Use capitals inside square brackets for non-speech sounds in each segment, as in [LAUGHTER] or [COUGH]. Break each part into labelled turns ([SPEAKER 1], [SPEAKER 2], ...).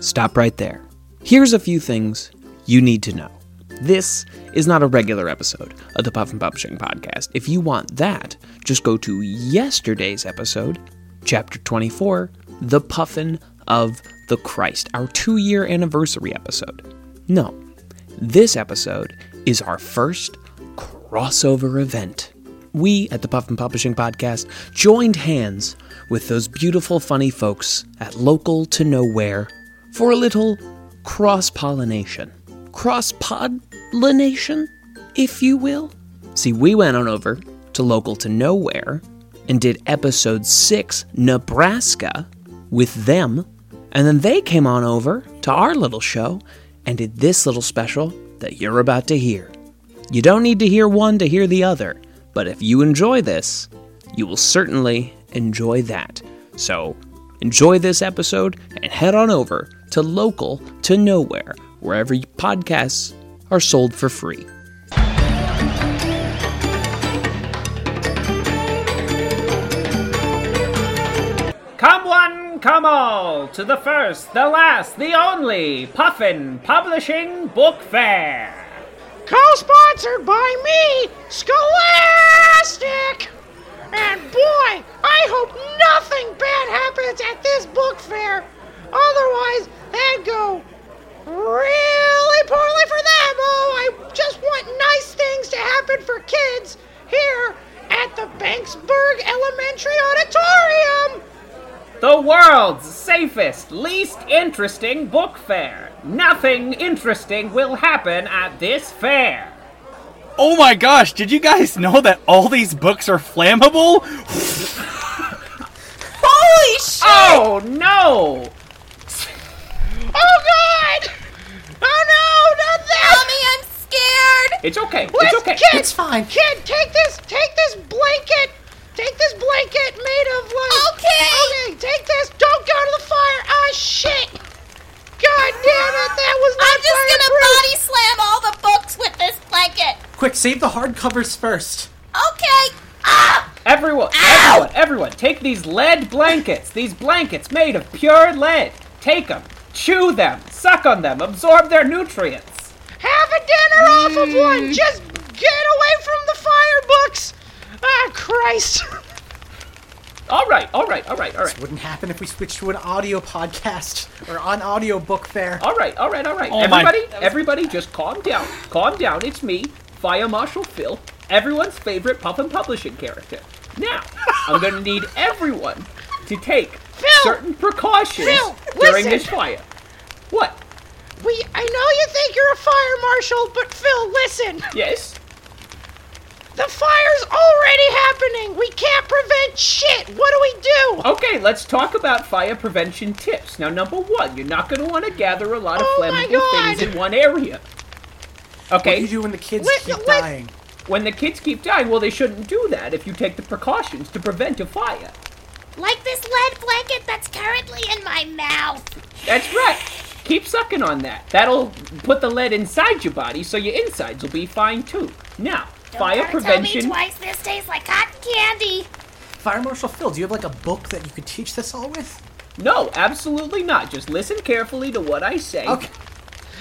[SPEAKER 1] Stop right there. Here's a few things you need to know. This is not a regular episode of the Puff and Publishing Podcast. If you want that, just go to yesterday's episode, Chapter 24 The Puffin of the Christ, our two year anniversary episode. No, this episode is our first crossover event. We at the Puffin Publishing Podcast joined hands with those beautiful, funny folks at Local to Nowhere for a little cross pollination cross pollination, if you will. See, we went on over to Local to Nowhere and did episode six, Nebraska, with them. And then they came on over to our little show and did this little special that you're about to hear. You don't need to hear one to hear the other, but if you enjoy this, you will certainly enjoy that. So, enjoy this episode and head on over to Local to Nowhere wherever podcasts are sold for free.
[SPEAKER 2] Come one, come all to the first, the last, the only Puffin Publishing Book Fair.
[SPEAKER 3] Co-sponsored by me, Scholastic. And boy, I hope nothing bad happens at this book fair. Otherwise, that'd go really poorly for them. Oh, I just want nice things to happen for kids here at the Banksburg Elementary Auditorium.
[SPEAKER 2] The world's safest, least interesting book fair. Nothing interesting will happen at this fair.
[SPEAKER 4] Oh my gosh, did you guys know that all these books are flammable?
[SPEAKER 5] Holy shit!
[SPEAKER 2] Oh no!
[SPEAKER 3] [LAUGHS] Oh god! Oh no, not that!
[SPEAKER 5] Mommy, I'm scared!
[SPEAKER 2] It's okay.
[SPEAKER 3] Let's-
[SPEAKER 2] it's okay.
[SPEAKER 3] kid,
[SPEAKER 6] It's fine.
[SPEAKER 3] Kid, take this, take this blanket. Take this blanket made of like.
[SPEAKER 5] Okay.
[SPEAKER 3] Okay, take this. Don't go to the fire. Ah, shit. God damn it! That was not
[SPEAKER 5] I'm just gonna
[SPEAKER 3] fireproof.
[SPEAKER 5] body slam all the books with this blanket!
[SPEAKER 6] Quick, save the hardcovers first.
[SPEAKER 5] Okay! Ah!
[SPEAKER 2] Everyone, everyone, everyone, take these lead blankets. These blankets made of pure lead. Take them, chew them, suck on them, absorb their nutrients.
[SPEAKER 3] Have a dinner off of
[SPEAKER 2] Mm.
[SPEAKER 3] one. Just get away from the fire books. Ah, Christ. [LAUGHS]
[SPEAKER 2] All right, all right, all right, all right.
[SPEAKER 6] Wouldn't happen if we switched to an audio podcast or on audio book fair.
[SPEAKER 2] All right, all right, all right.
[SPEAKER 4] Oh my-
[SPEAKER 2] everybody, everybody, just calm down. Calm down. It's me, Fire Marshal Phil, everyone's favorite Puffin Publishing character. Now, I'm gonna need everyone to take
[SPEAKER 3] Phil!
[SPEAKER 2] certain precautions
[SPEAKER 3] Phil,
[SPEAKER 2] during
[SPEAKER 3] listen!
[SPEAKER 2] this fire. What?
[SPEAKER 3] We. I know you think you're a fire marshal, but Phil, listen.
[SPEAKER 2] Yes.
[SPEAKER 3] The fire's already happening. We can't prevent shit. What do we do?
[SPEAKER 2] Okay, let's talk about fire prevention tips. Now, number one, you're not going to want to gather a lot of
[SPEAKER 3] Oh my
[SPEAKER 2] flammable
[SPEAKER 3] God.
[SPEAKER 2] things in one area.
[SPEAKER 6] What do
[SPEAKER 2] Okay,
[SPEAKER 6] you do when the kids
[SPEAKER 3] Let-
[SPEAKER 6] keep
[SPEAKER 3] let-
[SPEAKER 6] dying?
[SPEAKER 2] when the kids keep dying, well, they shouldn't do that if you take the precautions to prevent a fire.
[SPEAKER 5] Like this lead blanket that's currently in my mouth!
[SPEAKER 2] That's right. Keep sucking on that. That'll put the lead inside your body, so your insides will be fine too. Now,
[SPEAKER 5] Don't
[SPEAKER 2] fire
[SPEAKER 5] gotta Tell
[SPEAKER 2] prevention.
[SPEAKER 5] me twice, this tastes like cotton candy!
[SPEAKER 6] Fire Marshal Phil, do you have like a book that you could teach this all with?
[SPEAKER 2] No, absolutely not. Just listen carefully to what I say,
[SPEAKER 6] Okay.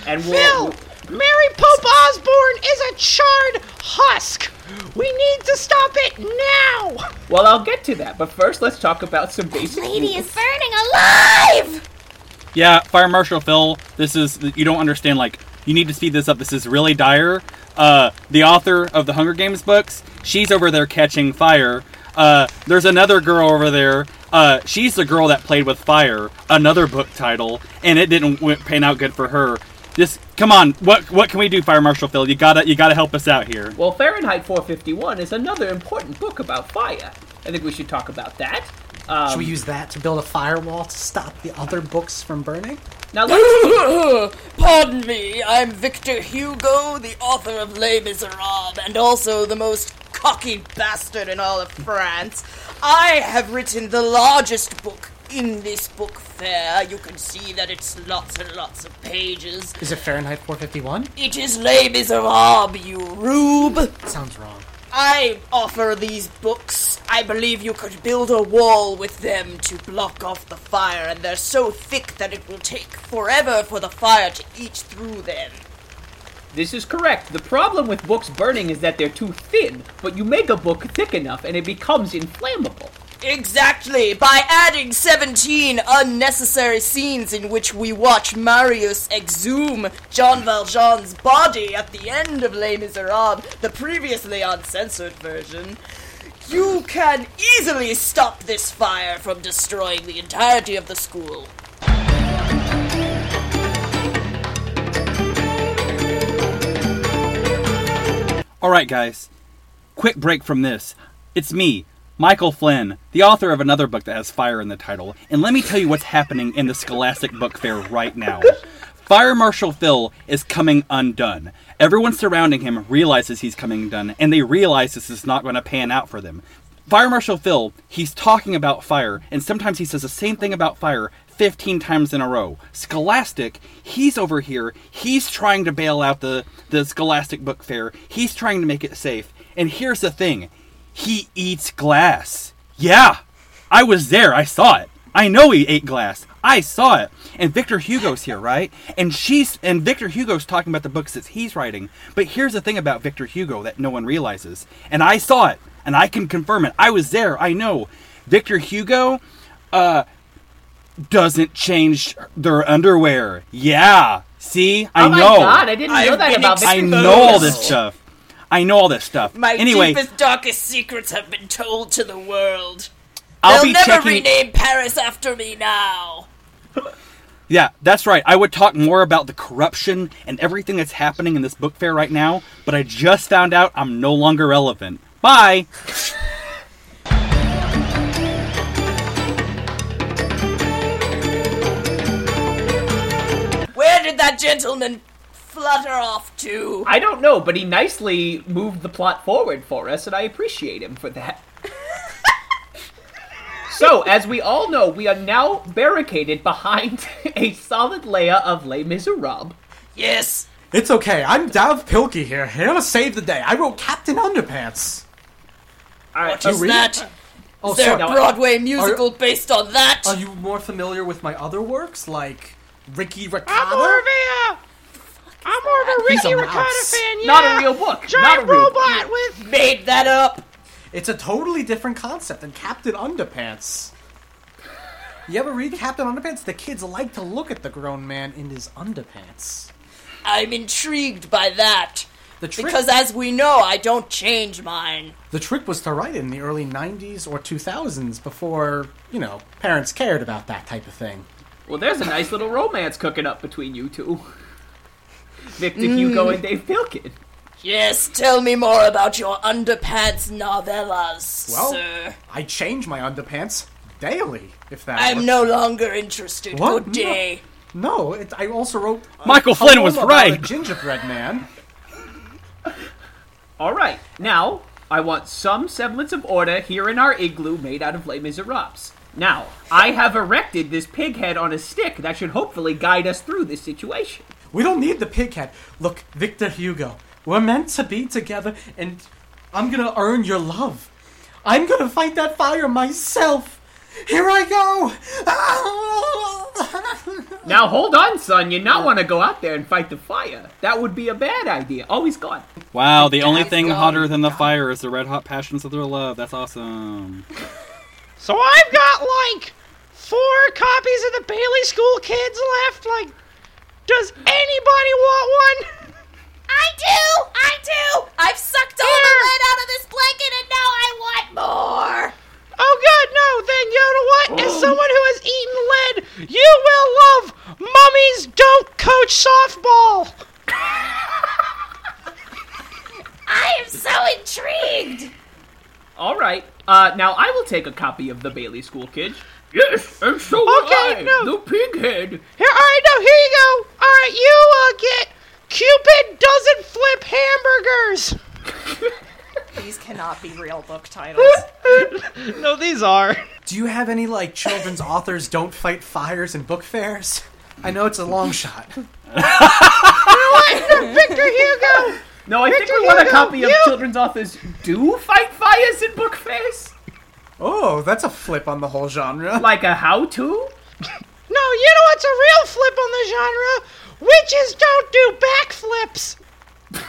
[SPEAKER 2] and we'll.
[SPEAKER 3] Phil, Mary Pope Osborne is a charred husk. We need to stop it now.
[SPEAKER 2] Well, I'll get to that, but first, let's talk about some basic.
[SPEAKER 5] Lady is burning alive!
[SPEAKER 4] Yeah, Fire Marshal Phil, this is you don't understand. Like, you need to speed this up. This is really dire. Uh, the author of the Hunger Games books, she's over there catching fire. Uh, there's another girl over there. Uh, she's the girl that played with fire. Another book title, and it didn't w- pan out good for her. Just come on, what what can we do, Fire Marshal Phil? You gotta you gotta help us out here.
[SPEAKER 2] Well, Fahrenheit 451 is another important book about fire. I think we should talk about that. Um,
[SPEAKER 6] Should we use that to build a firewall to stop the other books from burning?
[SPEAKER 2] now,
[SPEAKER 7] [LAUGHS]
[SPEAKER 2] let's,
[SPEAKER 7] Pardon me, I'm Victor Hugo, the author of Les Miserables, and also the most cocky bastard in all of France. I have written the largest book in this book fair. You can see that it's lots and lots of pages.
[SPEAKER 6] Is it Fahrenheit 451?
[SPEAKER 7] It is Les Miserables, you rube!
[SPEAKER 6] Sounds wrong.
[SPEAKER 7] I offer these books. I believe you could build a wall with them to block off the fire, and they're so thick that it will take forever for the fire to eat through them.
[SPEAKER 2] This is correct. The problem with books burning is that they're too thin, but you make a book thick enough and it becomes inflammable.
[SPEAKER 7] Exactly! By adding 17 unnecessary scenes in which we watch Marius exhume Jean Valjean's body at the end of Les Miserables, the previously uncensored version, you can easily stop this fire from destroying the entirety of the school.
[SPEAKER 4] All right, guys. Quick break from this. It's me, Michael Flynn, the author of another book that has fire in the title. And let me tell you what's happening in the Scholastic Book Fair right now. Fire Marshal Phil is coming undone. Everyone surrounding him realizes he's coming undone, and they realize this is not going to pan out for them. Fire Marshal Phil, he's talking about fire, and sometimes he says the same thing about fire 15 times in a row. Scholastic, he's over here, he's trying to bail out the, the Scholastic Book Fair, he's trying to make it safe. And here's the thing he eats glass. Yeah, I was there, I saw it. I know he ate glass. I saw it. And Victor Hugo's here, right? And she's and Victor Hugo's talking about the books that he's writing. But here's the thing about Victor Hugo that no one realizes. And I saw it, and I can confirm it. I was there. I know. Victor Hugo uh doesn't change their underwear. Yeah. See? I
[SPEAKER 2] oh my
[SPEAKER 4] know.
[SPEAKER 2] god, I didn't know
[SPEAKER 7] I've
[SPEAKER 2] that
[SPEAKER 7] been
[SPEAKER 2] about
[SPEAKER 4] I
[SPEAKER 2] Victor
[SPEAKER 4] know all
[SPEAKER 2] Hugo.
[SPEAKER 4] this stuff. I know all this stuff.
[SPEAKER 7] My
[SPEAKER 4] anyway,
[SPEAKER 7] deepest, darkest secrets have been told to the world.
[SPEAKER 4] I'll
[SPEAKER 7] They'll
[SPEAKER 4] be
[SPEAKER 7] never
[SPEAKER 4] checking.
[SPEAKER 7] rename Paris after me now.
[SPEAKER 4] Yeah, that's right. I would talk more about the corruption and everything that's happening in this book fair right now, but I just found out I'm no longer relevant. Bye.
[SPEAKER 7] Where did that gentleman flutter off to?
[SPEAKER 2] I don't know, but he nicely moved the plot forward for us, and I appreciate him for
[SPEAKER 7] [LAUGHS]
[SPEAKER 2] that. so, as we all know, we are now barricaded behind [LAUGHS] a solid layer of Les Miserables.
[SPEAKER 7] Yes.
[SPEAKER 6] It's okay. I'm Dav Pilkey here. Here to save the day. I wrote Captain Underpants.
[SPEAKER 2] All right,
[SPEAKER 7] What is that? Is there
[SPEAKER 6] Oh, sorry.
[SPEAKER 7] a Broadway musical based on that?
[SPEAKER 6] Are you more familiar with my other works, like Ricky
[SPEAKER 3] I'm more
[SPEAKER 6] Ricotta?
[SPEAKER 3] of a, uh, I'm more of a
[SPEAKER 6] He's
[SPEAKER 3] Ricky
[SPEAKER 6] a
[SPEAKER 3] Ricotta
[SPEAKER 6] mouse.
[SPEAKER 3] fan. Yeah.
[SPEAKER 2] Not a real book. Not a
[SPEAKER 3] Giant
[SPEAKER 2] real
[SPEAKER 3] robot with
[SPEAKER 7] made that up?
[SPEAKER 6] It's a totally different concept than Captain Underpants. You ever read Captain Underpants? The kids like to look at the grown man in his underpants.
[SPEAKER 7] I'm intrigued by that.
[SPEAKER 6] The trick,
[SPEAKER 7] Because as we know, I don't change mine.
[SPEAKER 6] the trick was to write it in the early 90s or 2000s before, you know, parents cared about that type of thing.
[SPEAKER 2] Well, there's a nice little romance cooking up between you two. Victor Hugo
[SPEAKER 3] Mm.
[SPEAKER 2] and Dave Pilkin.
[SPEAKER 7] Yes, tell me more about your underpants novellas,
[SPEAKER 6] Well,
[SPEAKER 7] sir.
[SPEAKER 6] I change my underpants daily, if that
[SPEAKER 7] I'm
[SPEAKER 6] works.
[SPEAKER 7] no longer interested.
[SPEAKER 6] What?
[SPEAKER 7] Good day.
[SPEAKER 6] No, it, I also wrote a
[SPEAKER 4] Michael Flynn
[SPEAKER 6] poem
[SPEAKER 4] was
[SPEAKER 6] about
[SPEAKER 4] right.
[SPEAKER 6] a gingerbread man.
[SPEAKER 2] All right, now I want some semblance of order here in our igloo made out of Les Miserables. Now, I have erected this pig head on a stick that should hopefully guide us through this situation.
[SPEAKER 6] We don't need the pig head. Look, Victor Hugo, we're meant to be together, and I'm gonna earn your love. I'm gonna fight that fire myself. Here I go. [LAUGHS]
[SPEAKER 2] Now, hold on, son. You
[SPEAKER 3] Mm.
[SPEAKER 2] not want to go out there and fight the fire. That would be a bad idea. Oh, he's gone.
[SPEAKER 4] Wow, the only thing
[SPEAKER 7] God.
[SPEAKER 4] hotter than the fire is the red hot passions of their love. That's awesome.
[SPEAKER 3] So I've got like four copies of the Bailey School Kids left. Like, does anybody want one? [LAUGHS]
[SPEAKER 5] I do! I do! I've sucked all the lead out of this blanket and now I want more!
[SPEAKER 3] Oh God, no! Then you know what? As someone who has eaten lead, you will love mummies. Don't coach softball.
[SPEAKER 5] I am so intrigued!
[SPEAKER 2] All right. Uh, now I will take a copy of the Bailey School Kids. Yes, and so will
[SPEAKER 3] Okay,
[SPEAKER 2] I,
[SPEAKER 3] no.
[SPEAKER 2] the pig head.
[SPEAKER 3] Here, all right, no, here you go. All right, you uh, get Cupid doesn't flip hamburgers.
[SPEAKER 8] These cannot be real book titles.
[SPEAKER 3] No, these are.
[SPEAKER 6] Do you have any like children's [LAUGHS] authors don't fight fires in book fairs? I know it's a long shot.
[SPEAKER 3] Victor Hugo,
[SPEAKER 2] No, I think
[SPEAKER 3] Victor
[SPEAKER 2] we want a
[SPEAKER 3] Hugo,
[SPEAKER 2] copy of
[SPEAKER 3] you-
[SPEAKER 2] children's authors do fight fires in book phase,
[SPEAKER 6] Oh, that's a flip on the whole genre.
[SPEAKER 2] like a how-to.
[SPEAKER 3] No, you know what's a real flip on the genre? Witches don't do backflips.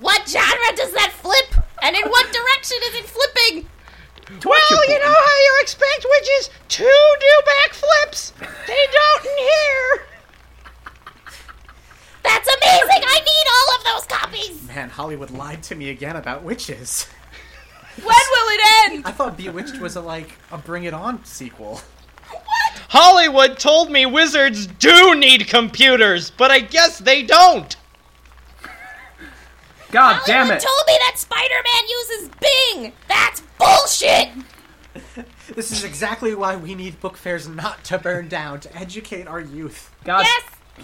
[SPEAKER 5] What genre does that flip? And in what direction is it flipping?
[SPEAKER 3] Well, you know how you expect witches to do backflips? They don't in here.
[SPEAKER 5] That's amazing! I need all of those copies!
[SPEAKER 6] [LAUGHS] Man, Hollywood lied to me again about witches.
[SPEAKER 5] When will it end?
[SPEAKER 6] I thought Bewitched was a, like a Bring It On sequel.
[SPEAKER 9] Hollywood told me wizards do need computers, but I guess they don't.
[SPEAKER 2] God damn
[SPEAKER 5] Hollywood
[SPEAKER 2] it!
[SPEAKER 5] told me that Spider-Man uses Bing! That's bullshit!
[SPEAKER 6] This is exactly why we need book fairs not to burn down to educate our youth.
[SPEAKER 2] God
[SPEAKER 5] Yes!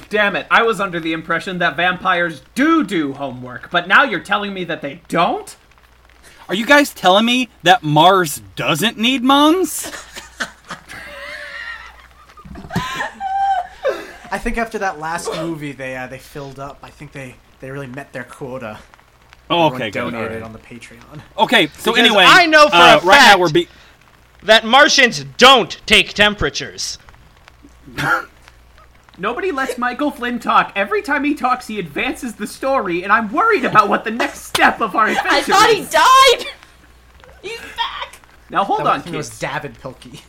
[SPEAKER 2] damn it! I was under the impression that vampires do do homework, but now you're telling me that they don't.
[SPEAKER 4] Are you guys telling me that Mars doesn't need moms?
[SPEAKER 6] I think after that last movie, they uh, they filled up. I think they they really met their quota.
[SPEAKER 4] Oh,
[SPEAKER 6] Everyone
[SPEAKER 4] okay, good.
[SPEAKER 6] donated
[SPEAKER 4] alright.
[SPEAKER 6] on the Patreon.
[SPEAKER 4] Okay, so
[SPEAKER 9] Because
[SPEAKER 4] anyway,
[SPEAKER 9] I know for
[SPEAKER 4] uh,
[SPEAKER 9] a
[SPEAKER 4] right now
[SPEAKER 9] fact-
[SPEAKER 4] we're be-
[SPEAKER 9] That Martians don't take temperatures.
[SPEAKER 2] Nobody lets Michael Flynn talk. Every time he talks, he advances the story, and I'm worried about what the next step of our
[SPEAKER 5] [LAUGHS]
[SPEAKER 2] adventure
[SPEAKER 5] I thought he
[SPEAKER 2] is.
[SPEAKER 5] died! He's back!
[SPEAKER 2] Now hold
[SPEAKER 6] That was- I
[SPEAKER 2] on,
[SPEAKER 6] think it was
[SPEAKER 2] kids.
[SPEAKER 6] David Pilkey.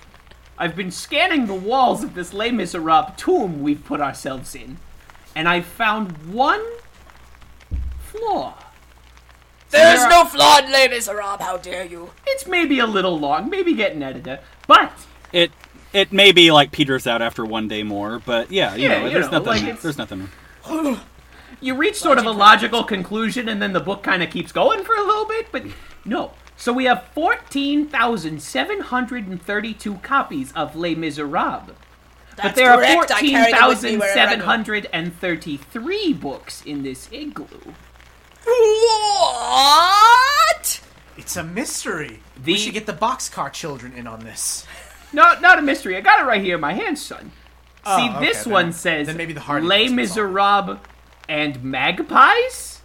[SPEAKER 2] I've been scanning the walls of this Les Miserables tomb we've put ourselves in, and I found one flaw.
[SPEAKER 7] There's no flaw in Les Miserables, how dare you?
[SPEAKER 2] It's maybe a little long, maybe get an editor, but
[SPEAKER 4] it it may be like peters out after one day more, but yeah, you
[SPEAKER 2] Yeah,
[SPEAKER 4] know,
[SPEAKER 2] you
[SPEAKER 4] there's
[SPEAKER 2] know, like,
[SPEAKER 4] nothing.
[SPEAKER 2] it's-
[SPEAKER 4] there's nothing.
[SPEAKER 2] you reach sort of a logical conclusion, and then the book kind of keeps going for a little bit, but no. So we have 14,732 copies of Les Miserables.
[SPEAKER 7] That's
[SPEAKER 2] but there are
[SPEAKER 7] correct, I carry them with me wherever I go.
[SPEAKER 2] 14,733 books in this igloo.
[SPEAKER 7] What?
[SPEAKER 6] It's a mystery.
[SPEAKER 2] The-
[SPEAKER 6] We should get the boxcar children in on this.
[SPEAKER 2] No, not a mystery. I got it right here in my hand, son. See,
[SPEAKER 6] Oh, okay,
[SPEAKER 2] this
[SPEAKER 6] then-
[SPEAKER 2] one says
[SPEAKER 6] then maybe the Hardy
[SPEAKER 2] Les
[SPEAKER 6] Boys is
[SPEAKER 2] Miserables and Magpies?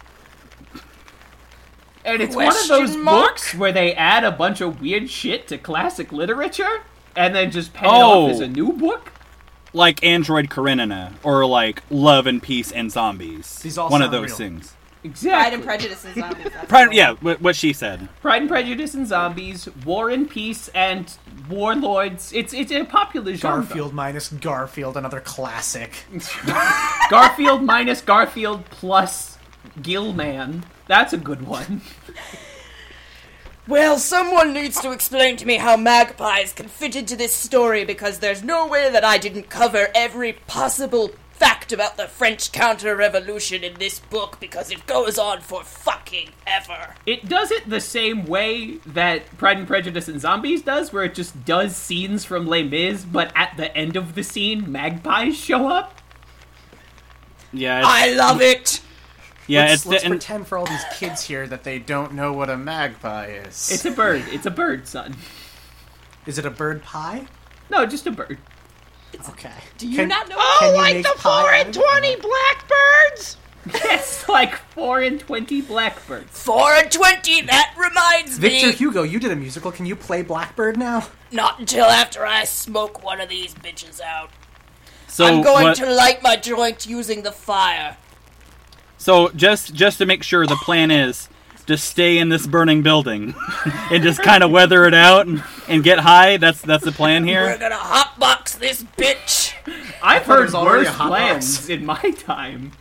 [SPEAKER 2] And it's one of those
[SPEAKER 7] Question mark?
[SPEAKER 2] books where they add a bunch of weird shit to classic literature and then just pen it
[SPEAKER 4] Oh.
[SPEAKER 2] off as a new book?
[SPEAKER 4] Like Android Karenina or like Love and Peace and Zombies.
[SPEAKER 6] These all
[SPEAKER 4] one of
[SPEAKER 6] sound
[SPEAKER 4] those
[SPEAKER 6] real.
[SPEAKER 4] things.
[SPEAKER 2] Exactly.
[SPEAKER 8] Pride and Prejudice and Zombies. that's
[SPEAKER 4] Pride,
[SPEAKER 8] the
[SPEAKER 4] yeah, wh- what she said.
[SPEAKER 2] Pride and Prejudice and Zombies, War and Peace, and Warlords. It's it's a popular genre.
[SPEAKER 6] Garfield minus Garfield, another classic.
[SPEAKER 2] Garfield minus Garfield plus Gillman. That's a good one.
[SPEAKER 7] Well, someone needs to explain to me how magpies can fit into this story because there's no way that I didn't cover every possible fact about the French counter revolution in this book because it goes on for fucking ever.
[SPEAKER 2] it does it the same way that Pride and Prejudice and Zombies does, where it just does scenes from Les Mis, but at the end of the scene, magpies show up.
[SPEAKER 4] Yeah, it's,
[SPEAKER 7] I love it!
[SPEAKER 4] yeah,
[SPEAKER 6] let's
[SPEAKER 4] it's
[SPEAKER 6] let's
[SPEAKER 4] and-
[SPEAKER 6] pretend for all these kids here that they don't know what a magpie is.
[SPEAKER 2] It's a bird. It's a bird, son.
[SPEAKER 6] is it a bird pie?
[SPEAKER 2] No, just a bird. [LAUGHS]
[SPEAKER 6] Okay.
[SPEAKER 8] Do you
[SPEAKER 6] Can-
[SPEAKER 8] not know?
[SPEAKER 6] Can
[SPEAKER 3] Oh,
[SPEAKER 6] you
[SPEAKER 3] like
[SPEAKER 6] make
[SPEAKER 3] the
[SPEAKER 6] pie
[SPEAKER 3] 4
[SPEAKER 6] out
[SPEAKER 3] and
[SPEAKER 6] of it?
[SPEAKER 3] 20 blackbirds?
[SPEAKER 2] It's like four and twenty blackbirds.
[SPEAKER 7] Four and twenty, that reminds
[SPEAKER 6] Victor
[SPEAKER 7] me.
[SPEAKER 6] Hugo, you did a musical. Can you play Blackbird now?
[SPEAKER 7] Not until after I smoke one of these bitches out.
[SPEAKER 4] so
[SPEAKER 7] I'm going
[SPEAKER 4] what-
[SPEAKER 7] to light my joint using the fire.
[SPEAKER 4] So just just to make sure, the plan is to stay in this burning building [LAUGHS] and just kind of weather it out and, and get high. That's that's the plan
[SPEAKER 7] We're
[SPEAKER 4] here.
[SPEAKER 7] gonna hotbox this bitch.
[SPEAKER 2] I've
[SPEAKER 6] it
[SPEAKER 2] heard
[SPEAKER 6] was already
[SPEAKER 2] worse
[SPEAKER 6] a hot
[SPEAKER 2] plans
[SPEAKER 6] box.
[SPEAKER 2] in my time.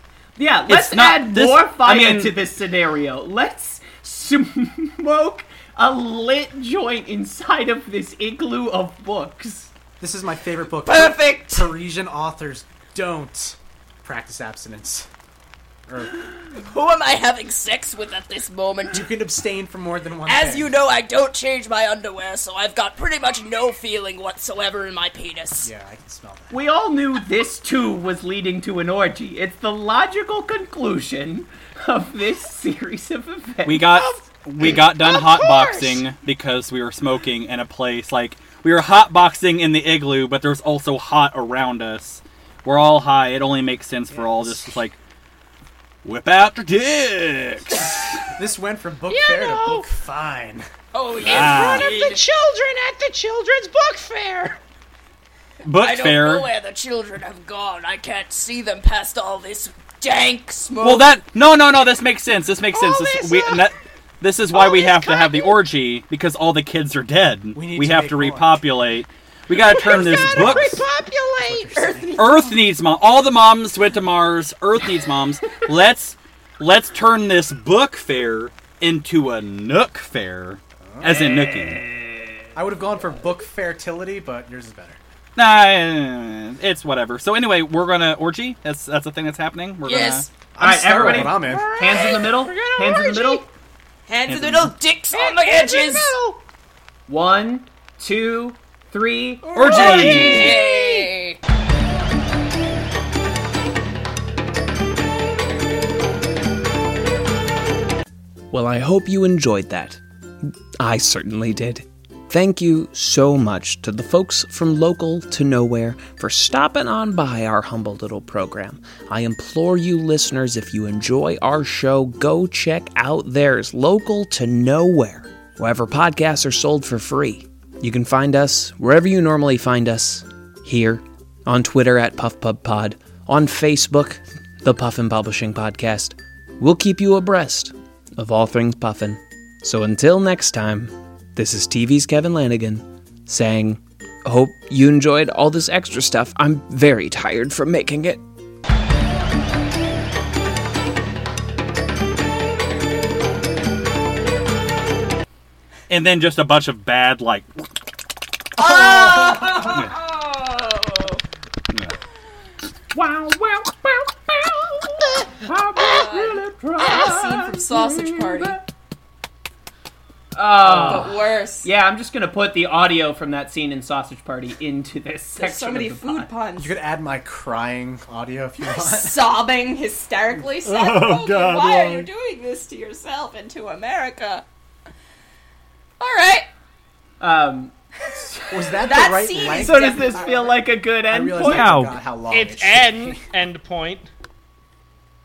[SPEAKER 2] Yeah, let's
[SPEAKER 4] not-
[SPEAKER 2] add
[SPEAKER 4] this-
[SPEAKER 2] more
[SPEAKER 4] I
[SPEAKER 2] fire
[SPEAKER 4] mean-
[SPEAKER 2] to this scenario. Let's smoke a lit joint inside of this igloo of books.
[SPEAKER 6] This is my favorite book.
[SPEAKER 7] Perfect.
[SPEAKER 6] Parisian authors don't practice abstinence.
[SPEAKER 7] Who am I having sex with at this moment?
[SPEAKER 6] You can abstain from more than one
[SPEAKER 7] As
[SPEAKER 6] thing.
[SPEAKER 7] you know, I don't change my underwear, so I've got pretty much no feeling whatsoever in my penis.
[SPEAKER 6] Yeah, I can smell that.
[SPEAKER 2] We all knew this too was leading to an orgy. It's the logical conclusion of this [LAUGHS] series of events.
[SPEAKER 4] We got we got done
[SPEAKER 3] Of course.
[SPEAKER 4] hotboxing because we were smoking in a place like we were hotboxing in the igloo, but there's also hot around us. We're all high. It only makes sense for all this like Whip out your dicks.
[SPEAKER 6] This went from book
[SPEAKER 3] You
[SPEAKER 6] fair
[SPEAKER 3] know.
[SPEAKER 6] to book fine.
[SPEAKER 7] Oh
[SPEAKER 4] Ah.
[SPEAKER 7] yes,
[SPEAKER 3] One of the
[SPEAKER 7] indeed.
[SPEAKER 3] children at the children's book fair.
[SPEAKER 4] Book
[SPEAKER 7] I don't
[SPEAKER 4] fair.
[SPEAKER 7] know where the children have gone. I can't see them past all this dank smoke.
[SPEAKER 4] Well, that no, no, no. This makes sense. This makes sense.
[SPEAKER 3] All
[SPEAKER 4] This,
[SPEAKER 3] this,
[SPEAKER 4] we,
[SPEAKER 3] uh,
[SPEAKER 4] and that, this is why
[SPEAKER 3] all
[SPEAKER 4] we
[SPEAKER 3] this
[SPEAKER 4] have to have the
[SPEAKER 3] cotton.
[SPEAKER 4] orgy because all the kids are dead.
[SPEAKER 6] We need
[SPEAKER 4] we
[SPEAKER 6] to
[SPEAKER 4] have
[SPEAKER 6] make
[SPEAKER 4] to
[SPEAKER 6] more.
[SPEAKER 4] repopulate. We gotta turn this
[SPEAKER 3] Gotta
[SPEAKER 4] book.
[SPEAKER 3] repopulate.
[SPEAKER 4] Earth needs mom. All the moms went to Mars. Earth needs moms. let's let's turn this book fair into a nook fair, as in nooking.
[SPEAKER 6] I would have gone for book fertility, but yours is better.
[SPEAKER 4] Nah, it's whatever. So anyway, we're gonna orgy. That's that's the thing that's happening. We're
[SPEAKER 7] yes,
[SPEAKER 6] I'm
[SPEAKER 2] right,
[SPEAKER 6] sterile,
[SPEAKER 2] everybody-
[SPEAKER 6] but I'm in.
[SPEAKER 2] Hands in the middle.
[SPEAKER 3] We're gonna
[SPEAKER 2] Hands in the
[SPEAKER 3] orgy.
[SPEAKER 2] middle.
[SPEAKER 7] hands and little dicks on the
[SPEAKER 3] Hands in the
[SPEAKER 7] edges.
[SPEAKER 3] middle.
[SPEAKER 2] One, two, three.
[SPEAKER 4] gonna orgy.
[SPEAKER 7] Yay.
[SPEAKER 1] Well, I hope you enjoyed that. I certainly did. Thank you so much to the folks from local to nowhere for stopping on by our humble little program. I implore you, listeners, if you enjoy our show, go check out theirs, Local to Nowhere, wherever podcasts are sold for free. You can find us wherever you normally find us here, on Twitter at PuffPubPod, on Facebook, the Puffin Publishing Podcast. We'll keep you abreast of all things Puffin. So until next time, this is TV's Kevin Lanigan saying, Hope you enjoyed all this extra stuff. I'm very tired from making it.
[SPEAKER 4] and then just a bunch of bad like.
[SPEAKER 2] Wow, wow, wow, wow. I was really trying.
[SPEAKER 5] Scene from Sausage Party.
[SPEAKER 2] Oh.
[SPEAKER 4] Ah.
[SPEAKER 5] But worse.
[SPEAKER 2] [LAUGHS] Yeah, I'm just gonna put the audio from that scene in Sausage Party into this
[SPEAKER 5] There's
[SPEAKER 2] section.
[SPEAKER 5] so many
[SPEAKER 2] of the
[SPEAKER 5] food
[SPEAKER 2] pod.
[SPEAKER 5] puns.
[SPEAKER 6] You could add my crying audio if you [LAUGHS]
[SPEAKER 7] [LAUGHS]
[SPEAKER 6] want.
[SPEAKER 5] Sobbing hysterically. Seth Rogen,
[SPEAKER 4] God,
[SPEAKER 5] why
[SPEAKER 4] why?
[SPEAKER 5] are you doing this to yourself and to America? All right.
[SPEAKER 2] Um,
[SPEAKER 6] Was that,
[SPEAKER 5] That
[SPEAKER 6] the right
[SPEAKER 5] scene is
[SPEAKER 6] length?
[SPEAKER 2] so does this feel like a good
[SPEAKER 6] I
[SPEAKER 2] end
[SPEAKER 6] realized
[SPEAKER 2] point?
[SPEAKER 6] I
[SPEAKER 4] Wow.
[SPEAKER 6] forgot how long
[SPEAKER 9] It's
[SPEAKER 6] it should-
[SPEAKER 9] N end point.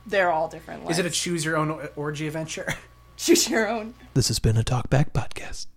[SPEAKER 5] They're all different.
[SPEAKER 6] Is it a
[SPEAKER 5] lengths.
[SPEAKER 6] choose your own orgy adventure? [LAUGHS]
[SPEAKER 5] choose your own?
[SPEAKER 10] This has been a Talkback Podcast.